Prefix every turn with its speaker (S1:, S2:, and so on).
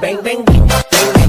S1: Bang, bang, bang.